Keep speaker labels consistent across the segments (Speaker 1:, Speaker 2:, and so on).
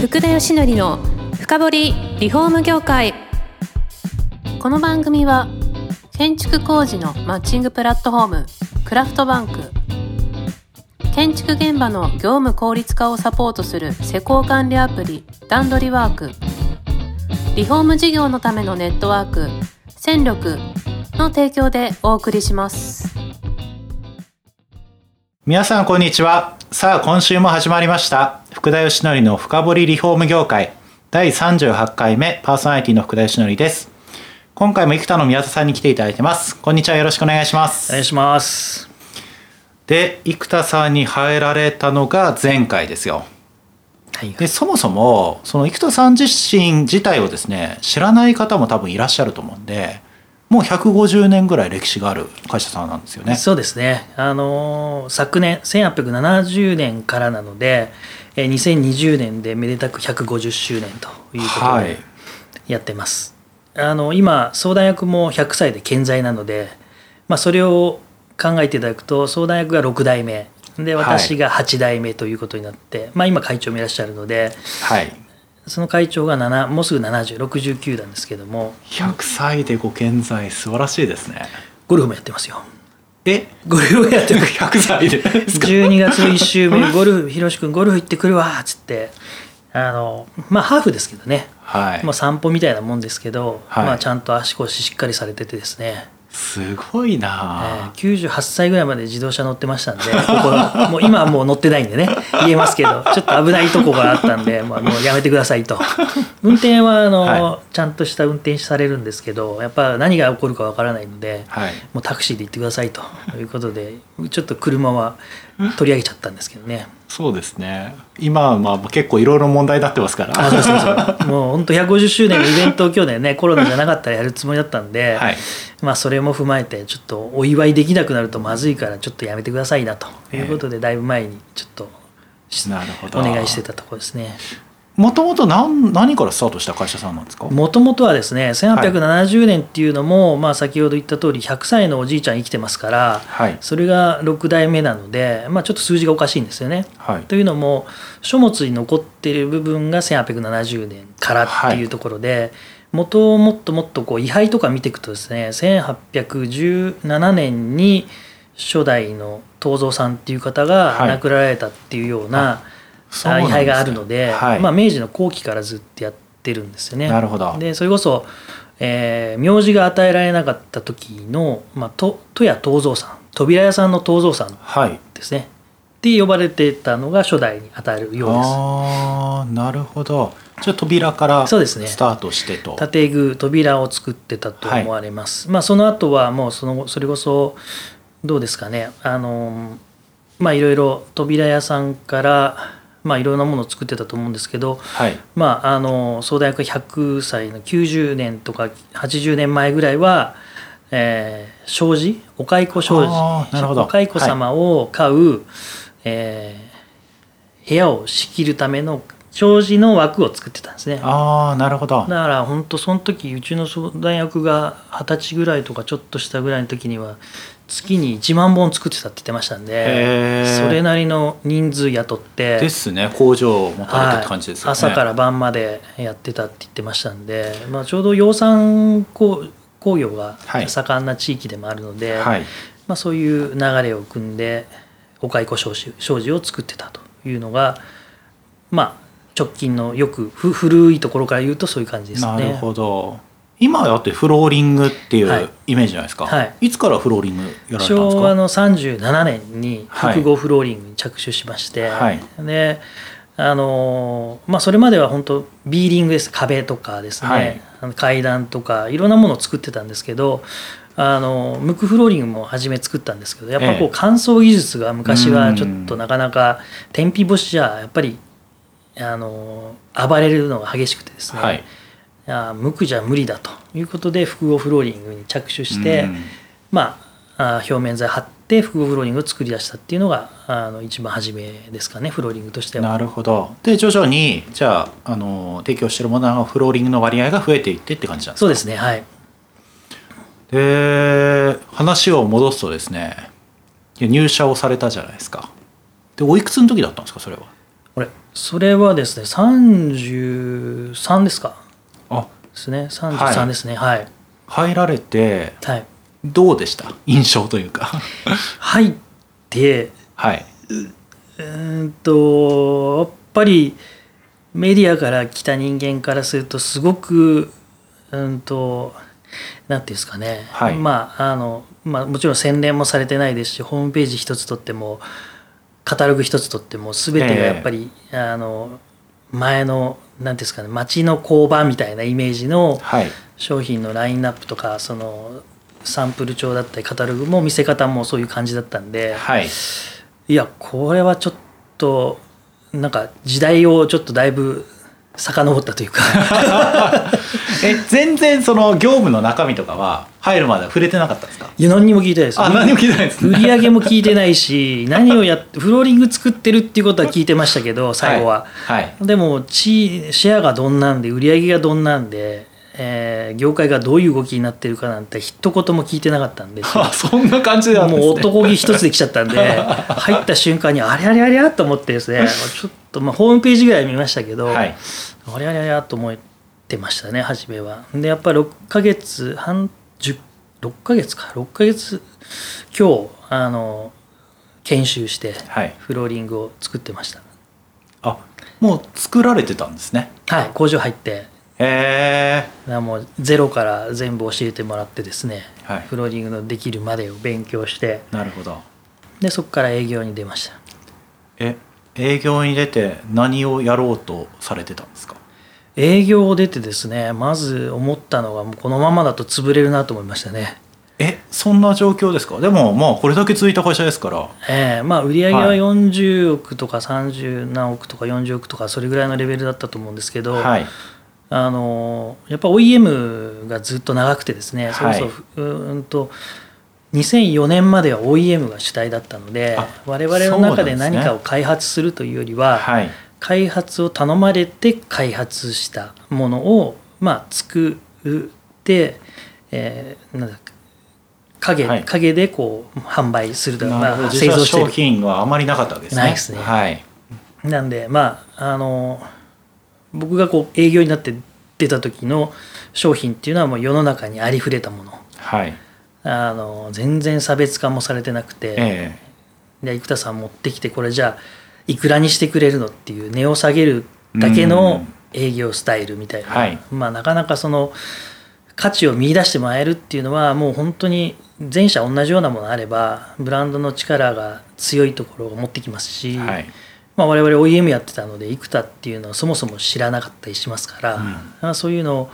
Speaker 1: 福田義則の深掘りリフォーム業界この番組は建築工事のマッチングプラットフォームクラフトバンク建築現場の業務効率化をサポートする施工管理アプリ段取りワークリフォーム事業のためのネットワーク戦力の提供でお送りします。
Speaker 2: 皆さんこんにちはさあ今週も始まりました福田義則の深掘りリフォーム業界第38回目パーソナリティの福田義則です今回も生田の宮田さんに来ていただいてますこんにちはよろしくお願いしま
Speaker 3: お願
Speaker 2: す
Speaker 3: いします。
Speaker 2: で生田さんに入られたのが前回ですよ
Speaker 3: はい
Speaker 2: でそもそもその生田さん自身自体をですね知らない方も多分いらっしゃると思うんでもう150年ぐらい歴史がある会社さんなんですよね
Speaker 3: そうですね。あのー昨年1870年からなので、えー2020年でめでたく150周年ということ
Speaker 2: はい
Speaker 3: でやってます。あの今相談役も100歳で健在なので、まあそれを考えていただくと相談役が6代目で
Speaker 2: はい
Speaker 3: 私が8代目ということになって、まあ今会長もいらっしゃるので、
Speaker 2: はい
Speaker 3: その会長が7もうすぐ7069なんですけども、
Speaker 2: 100歳でご健在素晴らしいですね
Speaker 3: ゴルフもやってますよ。
Speaker 2: え
Speaker 3: ゴルフをやってます。
Speaker 2: 100歳でですか
Speaker 3: 12月の1 週目ゴルフひろし君ゴルフ行ってくるわっつってあのまあハーフですけどね、
Speaker 2: はい
Speaker 3: まあ、散歩みたいなもんですけど、
Speaker 2: はい
Speaker 3: まあ、ちゃんと足腰しっかりされててですね、
Speaker 2: すごい
Speaker 3: えー
Speaker 2: なあ、
Speaker 3: 98歳ぐらいまで自動車乗ってましたんでこ こもう今はもう乗ってないんでね言えますけどちょっと危ないとこがあったんで、まあ、もうやめてくださいと運転はあの、
Speaker 2: は
Speaker 3: ちゃんとした運転手されるんですけどやっぱ何が起こるかわからないので、
Speaker 2: はい
Speaker 3: もうタクシーで行ってくだ さいということでちょっと車は取り上げちゃったんですけどね。
Speaker 2: そうですね今はまあ結構いろいろ問題になってますから
Speaker 3: あそうそうそうもう本当150周年のイベントを去年ねコロナじゃなかったらやるつもりだったんで、
Speaker 2: はい
Speaker 3: まあそれも踏まえてちょっとお祝いできなくなるとまずいからちょっとやめてくださいなということで、だいぶ前にちょっとし
Speaker 2: なるほど
Speaker 3: お願いしてたところですね。
Speaker 2: もともと何何からスタートした会社さんなんですか
Speaker 3: もともとはですね1870年っていうのも、まあ先ほど言った通り100歳のおじいちゃん生きてますから、
Speaker 2: はい
Speaker 3: それが6代目なので、まあ、ちょっと数字がおかしいんですよね。
Speaker 2: はい
Speaker 3: というのも書物に残ってる部分が1870年からっていうところで、元をもっともっとこう位牌とか見ていくとですね1817年に初代の東蔵さんっていう方
Speaker 2: は
Speaker 3: が
Speaker 2: い
Speaker 3: 亡くなられたっていうような
Speaker 2: そうなん
Speaker 3: あ
Speaker 2: です
Speaker 3: 位
Speaker 2: ね
Speaker 3: 牌があるので、
Speaker 2: はい
Speaker 3: まあ、明治の後期からずっとやってるんですよね。
Speaker 2: なるほど
Speaker 3: でそれこそ、えー名字が与えられなかった時の、まあ、と戸屋東蔵さん扉屋さんの東蔵さん
Speaker 2: はい
Speaker 3: ですねって呼ばれてたのが初代に与えるようです
Speaker 2: ああなるほどじゃあ扉から
Speaker 3: そうですね
Speaker 2: スタートしてと、
Speaker 3: 建具扉を作ってたと思われます、まあその後はもうそのそれこそどうですかねあのまあいろいろ扉屋さんからまあいろんなものを作ってたと思うんですけど
Speaker 2: はい
Speaker 3: まああの総大学100歳の90年とか80年前ぐらいは、えー障子お蚕障
Speaker 2: あー
Speaker 3: 子
Speaker 2: なるほど
Speaker 3: お蚕様を飼う、えー部屋を仕切るための障子の枠を作ってたんですね。
Speaker 2: ああなるほど
Speaker 3: だから本当その時うちの相談役が二十歳ぐらいとかちょっとしたぐらいの時には月に1万本作ってたって言ってましたん
Speaker 2: へ
Speaker 3: で
Speaker 2: ー
Speaker 3: それなりの人数雇って
Speaker 2: ですね工場を持たれたって感じですよね、
Speaker 3: はい、朝から晩までやってたって言ってましたんで、まあ、ちょうど養蚕工工業が
Speaker 2: はい
Speaker 3: 盛んな地域でもあるので、
Speaker 2: はい
Speaker 3: まあ、そういう流れを組んでお蚕障子障子を作ってたというのがまあ直近のよくふ古いところから言うとそういう感じですね。
Speaker 2: なるほど今だってフローリングってい
Speaker 3: は
Speaker 2: う
Speaker 3: い
Speaker 2: イメージじゃないですか、、
Speaker 3: はい
Speaker 2: つからフローリングやられたんですか
Speaker 3: 昭和の37年に
Speaker 2: はい
Speaker 3: 複合フローリングに着手しまして、
Speaker 2: はい
Speaker 3: であのーまあ、それまでは本当ビーリングです壁とかですね、
Speaker 2: はい
Speaker 3: あの階段とかいろんなものを作ってたんですけどあのームクフローリングも初め作ったんですけどやっぱこ
Speaker 2: ええ
Speaker 3: う乾燥技術が昔はちょ
Speaker 2: う
Speaker 3: っと
Speaker 2: ん
Speaker 3: なかなか天日干しじゃやっぱりあのー暴れるのが激しくてですね、
Speaker 2: はい
Speaker 3: あー無垢じゃ無理だということで複合フローリングに着手して、
Speaker 2: うん
Speaker 3: まああー表面材貼って複合フローリングを作り出したっていうのがあの一番初めですかねフローリングとしては。
Speaker 2: なるほどで徐々にじゃああの提供してるもののフローリングの割合が増えていってって感じなんです
Speaker 3: そうですねはい
Speaker 2: で話を戻すとですねいや入社をされたじゃないですかでおいくつの時だったんですかそれは
Speaker 3: これそれはですね33ですか
Speaker 2: あ
Speaker 3: ですね33ですねはい、はい
Speaker 2: 入られて
Speaker 3: はい、
Speaker 2: どうでした印象という か
Speaker 3: 入って
Speaker 2: はい、
Speaker 3: うーんとやっぱりメディアから来た人間からするとすごくうーんとなんていうんですかね、
Speaker 2: はい
Speaker 3: まああのまあ、もちろん洗練もされてないですしホームページ一つとってもカタログ一つとっても全てがやっぱり、あの前のなんていうんですかね町の工場みたいなイメージの
Speaker 2: はい、
Speaker 3: 商品のラインナップとかそのサンプル帳だったりカタログも見せ方もそういう感じだったんで、
Speaker 2: はい、
Speaker 3: いやこれはちょっとなんか時代をちょっとだいぶ遡ったというか
Speaker 2: え全然その業務の中身とかは入るまでは触れてなかったんですか
Speaker 3: いや何にも聞いてないです
Speaker 2: あ何も聞いてないです
Speaker 3: 売
Speaker 2: ね
Speaker 3: り上げも聞いてないし何をやっフローリング作ってるっていうことは聞いてましたけど最後は、
Speaker 2: はい、 はい
Speaker 3: でも地シェアがどんなんで売り上げがどんなんで、えー業界がどういう動きになってるかなんて一言も聞いてなかった んですよ
Speaker 2: あそんな感じなんです、ね、
Speaker 3: もう男気一つで来ちゃった んで入った瞬間にあれあれあれあと思ってですねちょっとまあホームページぐらい見ましたけど、
Speaker 2: はい
Speaker 3: あれあれあれあと思ってましたね初めはでやっぱり6ヶ月半10 6ヶ月か6ヶ月今日あの研修して
Speaker 2: はい
Speaker 3: フローリングを作ってました
Speaker 2: あもう作られてたんですね
Speaker 3: はい工場入って
Speaker 2: へえ
Speaker 3: だからもうゼロから全部教えてもらってですね、
Speaker 2: はい
Speaker 3: フローリングのできるまでを勉強して
Speaker 2: なるほど
Speaker 3: でそこから営業に出ました
Speaker 2: え営業に出て何をやろうとされてたんですか
Speaker 3: 営業を出てですねまず思ったのがもうこのままだと潰れるなと思いましたね、
Speaker 2: えそんな状況ですかでもまあこれだけ続いた会社ですから
Speaker 3: ええまあ売り上げは
Speaker 2: はい
Speaker 3: 40億とか30何億とか40億とかそれぐらいのレベルだったと思うんですけど、
Speaker 2: はい
Speaker 3: あのやっぱ OEM がずっと長くてですね、
Speaker 2: はい
Speaker 3: それこそうーんと2004年までは OEM が主体だったので
Speaker 2: あ
Speaker 3: 我々の
Speaker 2: そうなん
Speaker 3: 中
Speaker 2: で
Speaker 3: です
Speaker 2: ね
Speaker 3: 何かを開発するというよりは、
Speaker 2: はい
Speaker 3: 開発を頼まれて開発したものを、まあ、作って、えーなんだっけ影,、
Speaker 2: はい
Speaker 3: 影でこう販売するとか、
Speaker 2: なるほど
Speaker 3: まあ、製
Speaker 2: 実
Speaker 3: 造
Speaker 2: は
Speaker 3: して
Speaker 2: 商
Speaker 3: る
Speaker 2: 品はあまりなかったわけですね
Speaker 3: ないですね
Speaker 2: はい
Speaker 3: なんでまああの僕がこう営業になって出た時の商品っていうのはもう世の中にありふれたもの
Speaker 2: はい
Speaker 3: あの全然差別化もされてなくて、
Speaker 2: え
Speaker 3: で生田さん持ってきてこれじゃあいくらにしてくれるのっていう値を下げるだけの営業スタイルみたいな、
Speaker 2: はい
Speaker 3: まあ、なかなかその価値を見出してもらえるっていうのはもう本当に全社同じようなものあればブランドの力が強いところを持ってきますし、
Speaker 2: えはい
Speaker 3: まあ、我々 OEM やってたので幾田っていうのはそもそも知らなかったりしますから、まあそういうの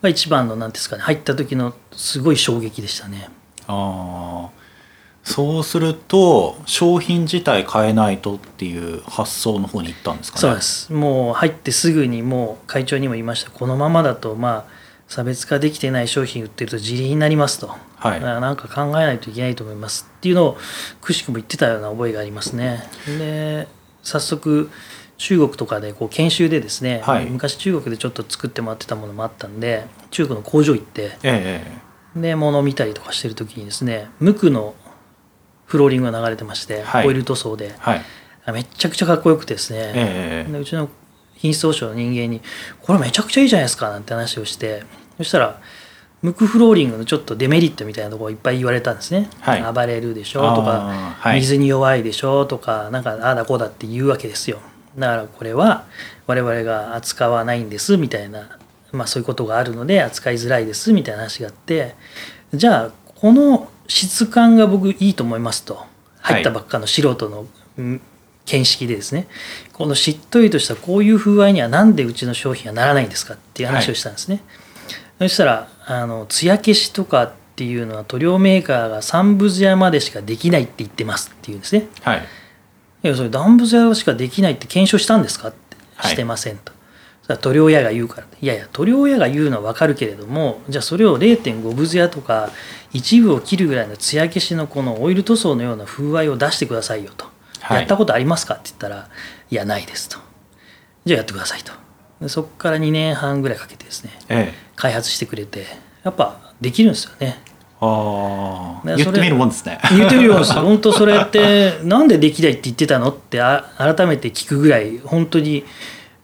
Speaker 3: が一番のなんていうんですかね入った時のすごい衝撃でしたね。
Speaker 2: あーそうすると商品自体変えないとっていう発想の方に行ったんですかね
Speaker 3: そうですもう入ってすぐにもう会長にも言いましたこのままだとまあ差別化できてない商品売ってると自利になりますと、
Speaker 2: はい
Speaker 3: ななんか考えないといけないと思いますっていうのをくしくも言ってたような覚えがありますねで早速中国とかでこう研修でですね、
Speaker 2: はい
Speaker 3: 昔中国でちょっと作ってもらってたものもあったんで中国の工場行って
Speaker 2: ええ
Speaker 3: で物を見たりとかしてる時にですね無垢のフローリングが流れてまして、
Speaker 2: はい
Speaker 3: オイル塗装で
Speaker 2: はい
Speaker 3: めっちゃくちゃかっこよくてですね、
Speaker 2: ええ
Speaker 3: でうちの品質保証の人間に「これめちゃくちゃいいじゃないですか」なんて話をしてそしたらムクフローリングのちょっとデメリットみたいなところをいっぱい言われたんですね、
Speaker 2: はい
Speaker 3: 暴れるでしょとか
Speaker 2: あ、ーはい
Speaker 3: 水に弱いでしょとかなんかああだこうだって言うわけですよだからこれは我々が扱わないんですみたいな、まあ、そういうことがあるので扱いづらいですみたいな話があってじゃあこの質感が僕いいと思いますと入ったばっかの素人の、うん見識でですねこのしっとりとしたこういう風合いにはなんでうちの商品はならないんですかっていう話をしたんですね、そしたらあの艶消しとかっていうのは塗料メーカーが三部艶までしかできないって言ってますっていうんですね
Speaker 2: はい
Speaker 3: いやそれ断部艶しかできないって検証したんですかって
Speaker 2: はい
Speaker 3: してませんと、そしたら塗料屋が言うからいやいや塗料屋が言うのは分かるけれどもじゃあそれを0.5分艶とか一部を切るぐらいの艶消しのこのオイル塗装のような風合いを出してくださいよと、
Speaker 2: はい
Speaker 3: やったことありますかって言ったらいやないですとじゃあやってくださいとでそこから2年半ぐらいかけてですね
Speaker 2: ええ
Speaker 3: 開発してくれてやっぱできるんですよね
Speaker 2: あああ
Speaker 3: ね
Speaker 2: 言
Speaker 3: そ
Speaker 2: っ
Speaker 3: れ
Speaker 2: てみるもんですね
Speaker 3: 言ってるようですよ本当それってなんでできないって言ってたのってあ改めて聞くぐらい本当に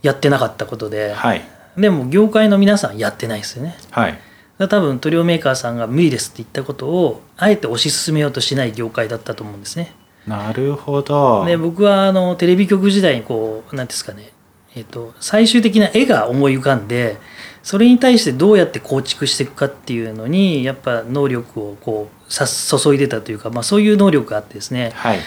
Speaker 3: やってなかったことで、
Speaker 2: はい
Speaker 3: でも業界の皆さんやってないですよね
Speaker 2: はい
Speaker 3: だから多分塗料メーカーさんが無理ですって言ったことをあえて推し進めようとしない業界だったと思うんですね
Speaker 2: なるほど
Speaker 3: で僕はあのテレビ局時代にこう何ですかね、えっと最終的な絵が思い浮かんでそれに対してどうやって構築していくかっていうのにやっぱ能力をこうさ注いでたというか、まあ、そういう能力があってですね
Speaker 2: はい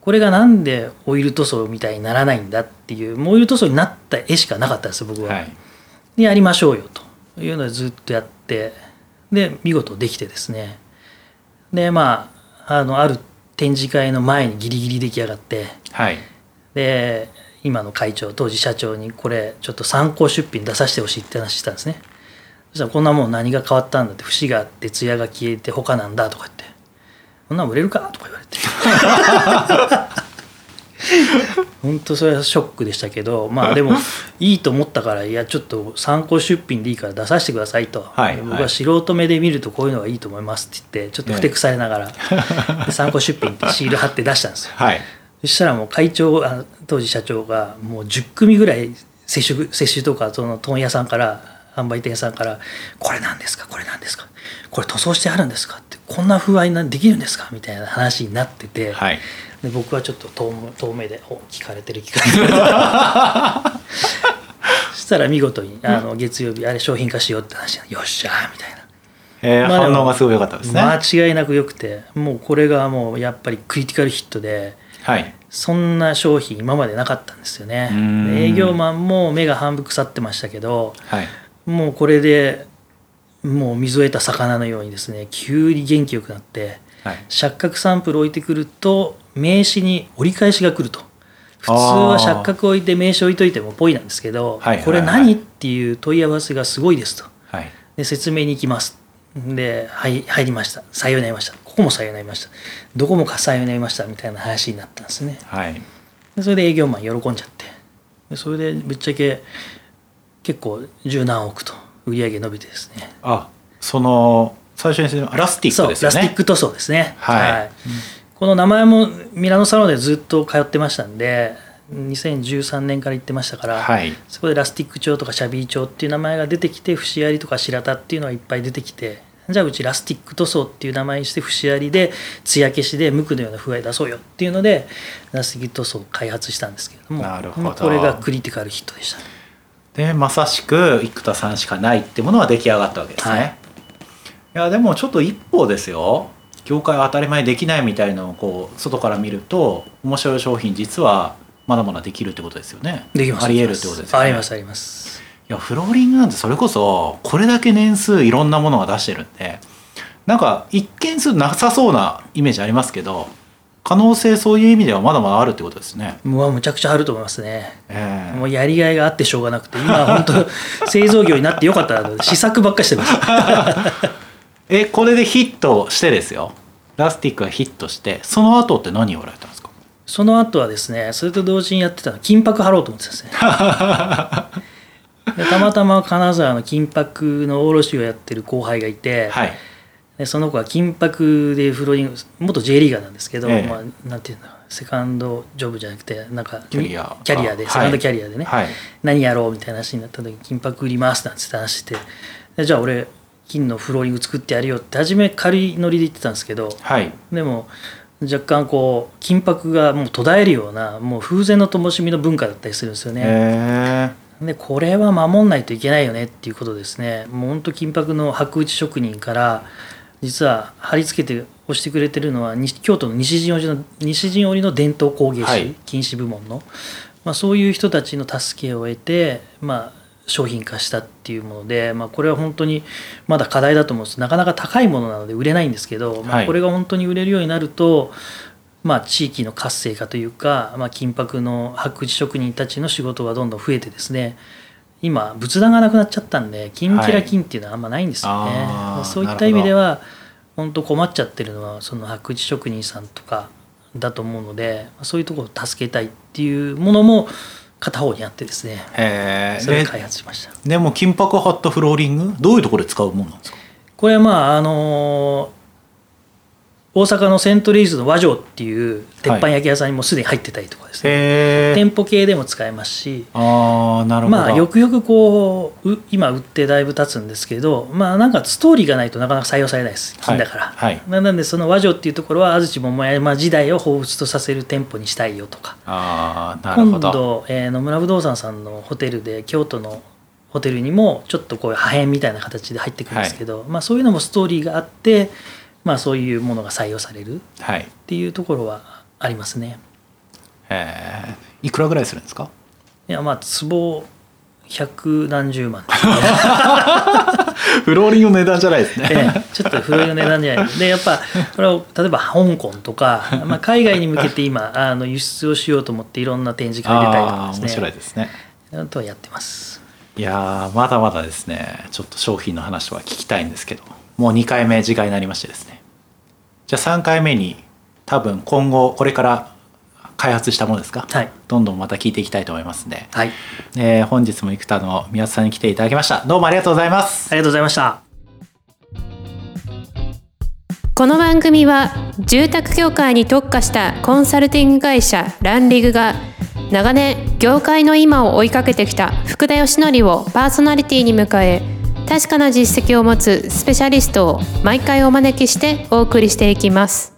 Speaker 3: これがなんでオイル塗装みたいにならないんだっていうもうオイル塗装になった絵しかなかったんです僕は。
Speaker 2: はい
Speaker 3: でやりましょうよというのでずっとやってで見事できてですねでまああのある展示会の前にギリギリ出来上がって
Speaker 2: はい
Speaker 3: で今の会長当時社長にこれちょっと参考出品出させてほしいって話したんですねそしたらこんなもん何が変わったんだって節があって艶が消えて他なんだとか言ってこんなん売れるかとか言われて 本当それはショックでしたけどまあでもいいと思ったからいやちょっと参考出品でいいから出させてくださいと、
Speaker 2: はいはい
Speaker 3: 僕は素人目で見るとこういうのがいいと思いますって言ってちょっとふてくされながら、 で参考出品ってシール貼って出したんですよ
Speaker 2: はい
Speaker 3: そしたらもう会長あ当時社長がもう10組ぐらい接触接種とかその問屋さんから販売店さんから「これなんですかこれなんですかこれ塗装してあるんですか?」って「こんな風合いなできるんですか?」みたいな話になってて、
Speaker 2: はい
Speaker 3: で僕はちょっと遠目遠目で「お聞かれてる聞か れてる」そしたら見事にあの月曜日あれ商品化しようって話になってよっしゃー」みたいな。
Speaker 2: えー
Speaker 3: まあでも
Speaker 2: 反応がすごい良かったですねは
Speaker 3: 間違いなく良くてもうこれがもうやっぱりクリティカルヒットで
Speaker 2: い
Speaker 3: そんな商品今までなかったんですよね
Speaker 2: うん
Speaker 3: 営業マンも目が半分腐ってましたけど
Speaker 2: はい
Speaker 3: もうこれでもう水を得た魚のようにですね急に元気よくなって
Speaker 2: はい
Speaker 3: 錯覚サンプル置いてくると名刺に折り返しが来ると普通は錯覚置いて名刺置いといてもぽいなんですけ
Speaker 2: は
Speaker 3: ど、
Speaker 2: いはいはい
Speaker 3: これ何っていう問い合わせがすごいですと
Speaker 2: はい
Speaker 3: で説明に行きますで、はい、入りました採用になりましたここも採用になりましたどこもか採用になりましたみたいな話になったんですね
Speaker 2: はい
Speaker 3: でそれで営業マン喜んじゃってでそれでぶっちゃけ結構十何億と売り上げ伸びてですね
Speaker 2: あその最初に説明ラスティッ
Speaker 3: そ
Speaker 2: ク
Speaker 3: う、
Speaker 2: ですよ
Speaker 3: ラ
Speaker 2: ね
Speaker 3: スティック塗装ですね
Speaker 2: はい
Speaker 3: この名前もミラノサロンでずっと通ってましたんで2013年から行ってましたから、
Speaker 2: はい
Speaker 3: そこでラスティック調とかシャビー調っていう名前が出てきて節ありとか白田っていうのがいっぱい出てきてじゃあうちラスティック塗装っていう名前にして節ありで艶消しで無垢のような風合い出そうよっていうのでラスティック塗装を開発したんですけれども
Speaker 2: なるほど
Speaker 3: もうこれがクリティカルヒットでしたね
Speaker 2: でまさしく生田さんしかないってものは出来上がったわけですね、
Speaker 3: はい
Speaker 2: い、やでもちょっと一方ですよ業界は当たり前できないみたいのをこう外から見ると面白い商品実はまだまだできるってことですよね
Speaker 3: できます
Speaker 2: ありえるってことですよね
Speaker 3: ありますあります
Speaker 2: いやフローリングなんてそれこそこれだけ年数いろんなものが出してるんでなんか一見するとなさそうなイメージありますけど可能性そういう意味ではまだまだあるってことですね、
Speaker 3: もうむちゃくちゃあると思いますね
Speaker 2: ええ
Speaker 3: もうやりがいがあってしょうがなくて今本当 製造業になってよかったなと試作ばっかりしてます
Speaker 2: えこれでヒットしてですよラスティックがヒットしてその後って何をやられたんですか
Speaker 3: その後はですねそれと同時にやってたの金箔貼ろうと思ってた んですねでたまたま金沢の金箔の卸をやってる後輩がいて、
Speaker 2: はい
Speaker 3: でその子は金箔でフローリング元 J リーガーなんですけど、
Speaker 2: ええ
Speaker 3: まあ、なんていうんだろうセカンドジョブじゃなくてなんか
Speaker 2: キャリア
Speaker 3: キャリアで
Speaker 2: あ
Speaker 3: セカン
Speaker 2: は
Speaker 3: ド
Speaker 2: い
Speaker 3: キャリアでね、
Speaker 2: はい
Speaker 3: 何やろうみたいな話になった時に金箔売りますなんつって話してでじゃあ俺金のフローリング作ってやるよって初め軽いノリで言ってたんですけど
Speaker 2: はい
Speaker 3: でも若干こう金箔がもう途絶えるようなもう風前の灯火の文化だったりするんですよ
Speaker 2: へ
Speaker 3: ね、
Speaker 2: え
Speaker 3: でこれは守んないといけないよねっていうことですねもうほんと金箔の白打ち職人から実は貼り付けて押してくれてるのは西京都の西陣織の西陣織の伝統工芸士、
Speaker 2: はい
Speaker 3: 金糸部門の、まあ、そういう人たちの助けを得て、まあ、商品化したっていうもので、まあ、これは本当にまだ課題だと思うんですなかなか高いものなので売れないんですけど、ま
Speaker 2: は
Speaker 3: あ、
Speaker 2: い
Speaker 3: これが本当に売れるようになると、まあ、地域の活性化というか、まあ、金箔の白磁職人たちの仕事がどんどん増えてですね今仏壇がなくなっちゃったんで金キラ金っていうのはあんまないんですよね、
Speaker 2: あー
Speaker 3: そういった意味では本当困っちゃってるのはその白磁職人さんとかだと思うのでそういうところを助けたいっていうものも片方にあってですね
Speaker 2: へ
Speaker 3: それを開
Speaker 2: え
Speaker 3: 発しました
Speaker 2: でも金箔を貼ったフローリングどういうところで使うもんなんですか
Speaker 3: これはまああの大阪のセントルイーズの和城っていう鉄板焼き屋さんにもすでに入ってたりとかですね、
Speaker 2: へえ
Speaker 3: 店舗系でも使えますし
Speaker 2: ああなるほど、
Speaker 3: まあよくよくこうう今売ってだいぶ経つんですけどまあなんかストーリーがないとなかなか採用されないです金だから、
Speaker 2: はいはい
Speaker 3: ななんでその和城っていうところは安土桃山時代を彷彿とさせる店舗にしたいよとか
Speaker 2: ああなる
Speaker 3: 今
Speaker 2: ほど
Speaker 3: 度、えー野村不動産さんのホテルで京都のホテルにもちょっとこういう破片みたいな形で入ってくるんですけど、まあ、そういうのもストーリーがあって、まあ、そういうものが採用されるっ
Speaker 2: はい
Speaker 3: ていうところはありますね。
Speaker 2: えー、いくらぐらいするんですか
Speaker 3: いやまあ壺百何十万、
Speaker 2: フローリングの値段じゃないですね
Speaker 3: ええちょっと古いの値段じゃないでやっぱこれを例えば香港とか、まあ、海外に向けて 今あの輸出をしようと思っていろんな展示会出たりと か
Speaker 2: ああ
Speaker 3: ですね
Speaker 2: 面白いですね
Speaker 3: あとはやってます
Speaker 2: いやーまだまだですねちょっと商品の話は聞きたいんですけどもう2回目次回になりましてですねじゃあ3回目に多分今後これから開発したものですか、
Speaker 3: はい
Speaker 2: どんどんまた聞いていきたいと思いますんで、
Speaker 3: はいあ
Speaker 2: えー本日も生田の宮田さんに来ていただきましたどうもありがとうございます
Speaker 3: りがとうございました
Speaker 1: この番組は住宅業界に特化したコンサルティング会社ランリグが長年業界の今を追いかけてきた福田義則をパーソナリティに迎え確かな実績を持つスペシャリストを毎回お招きしてお送りしていきます。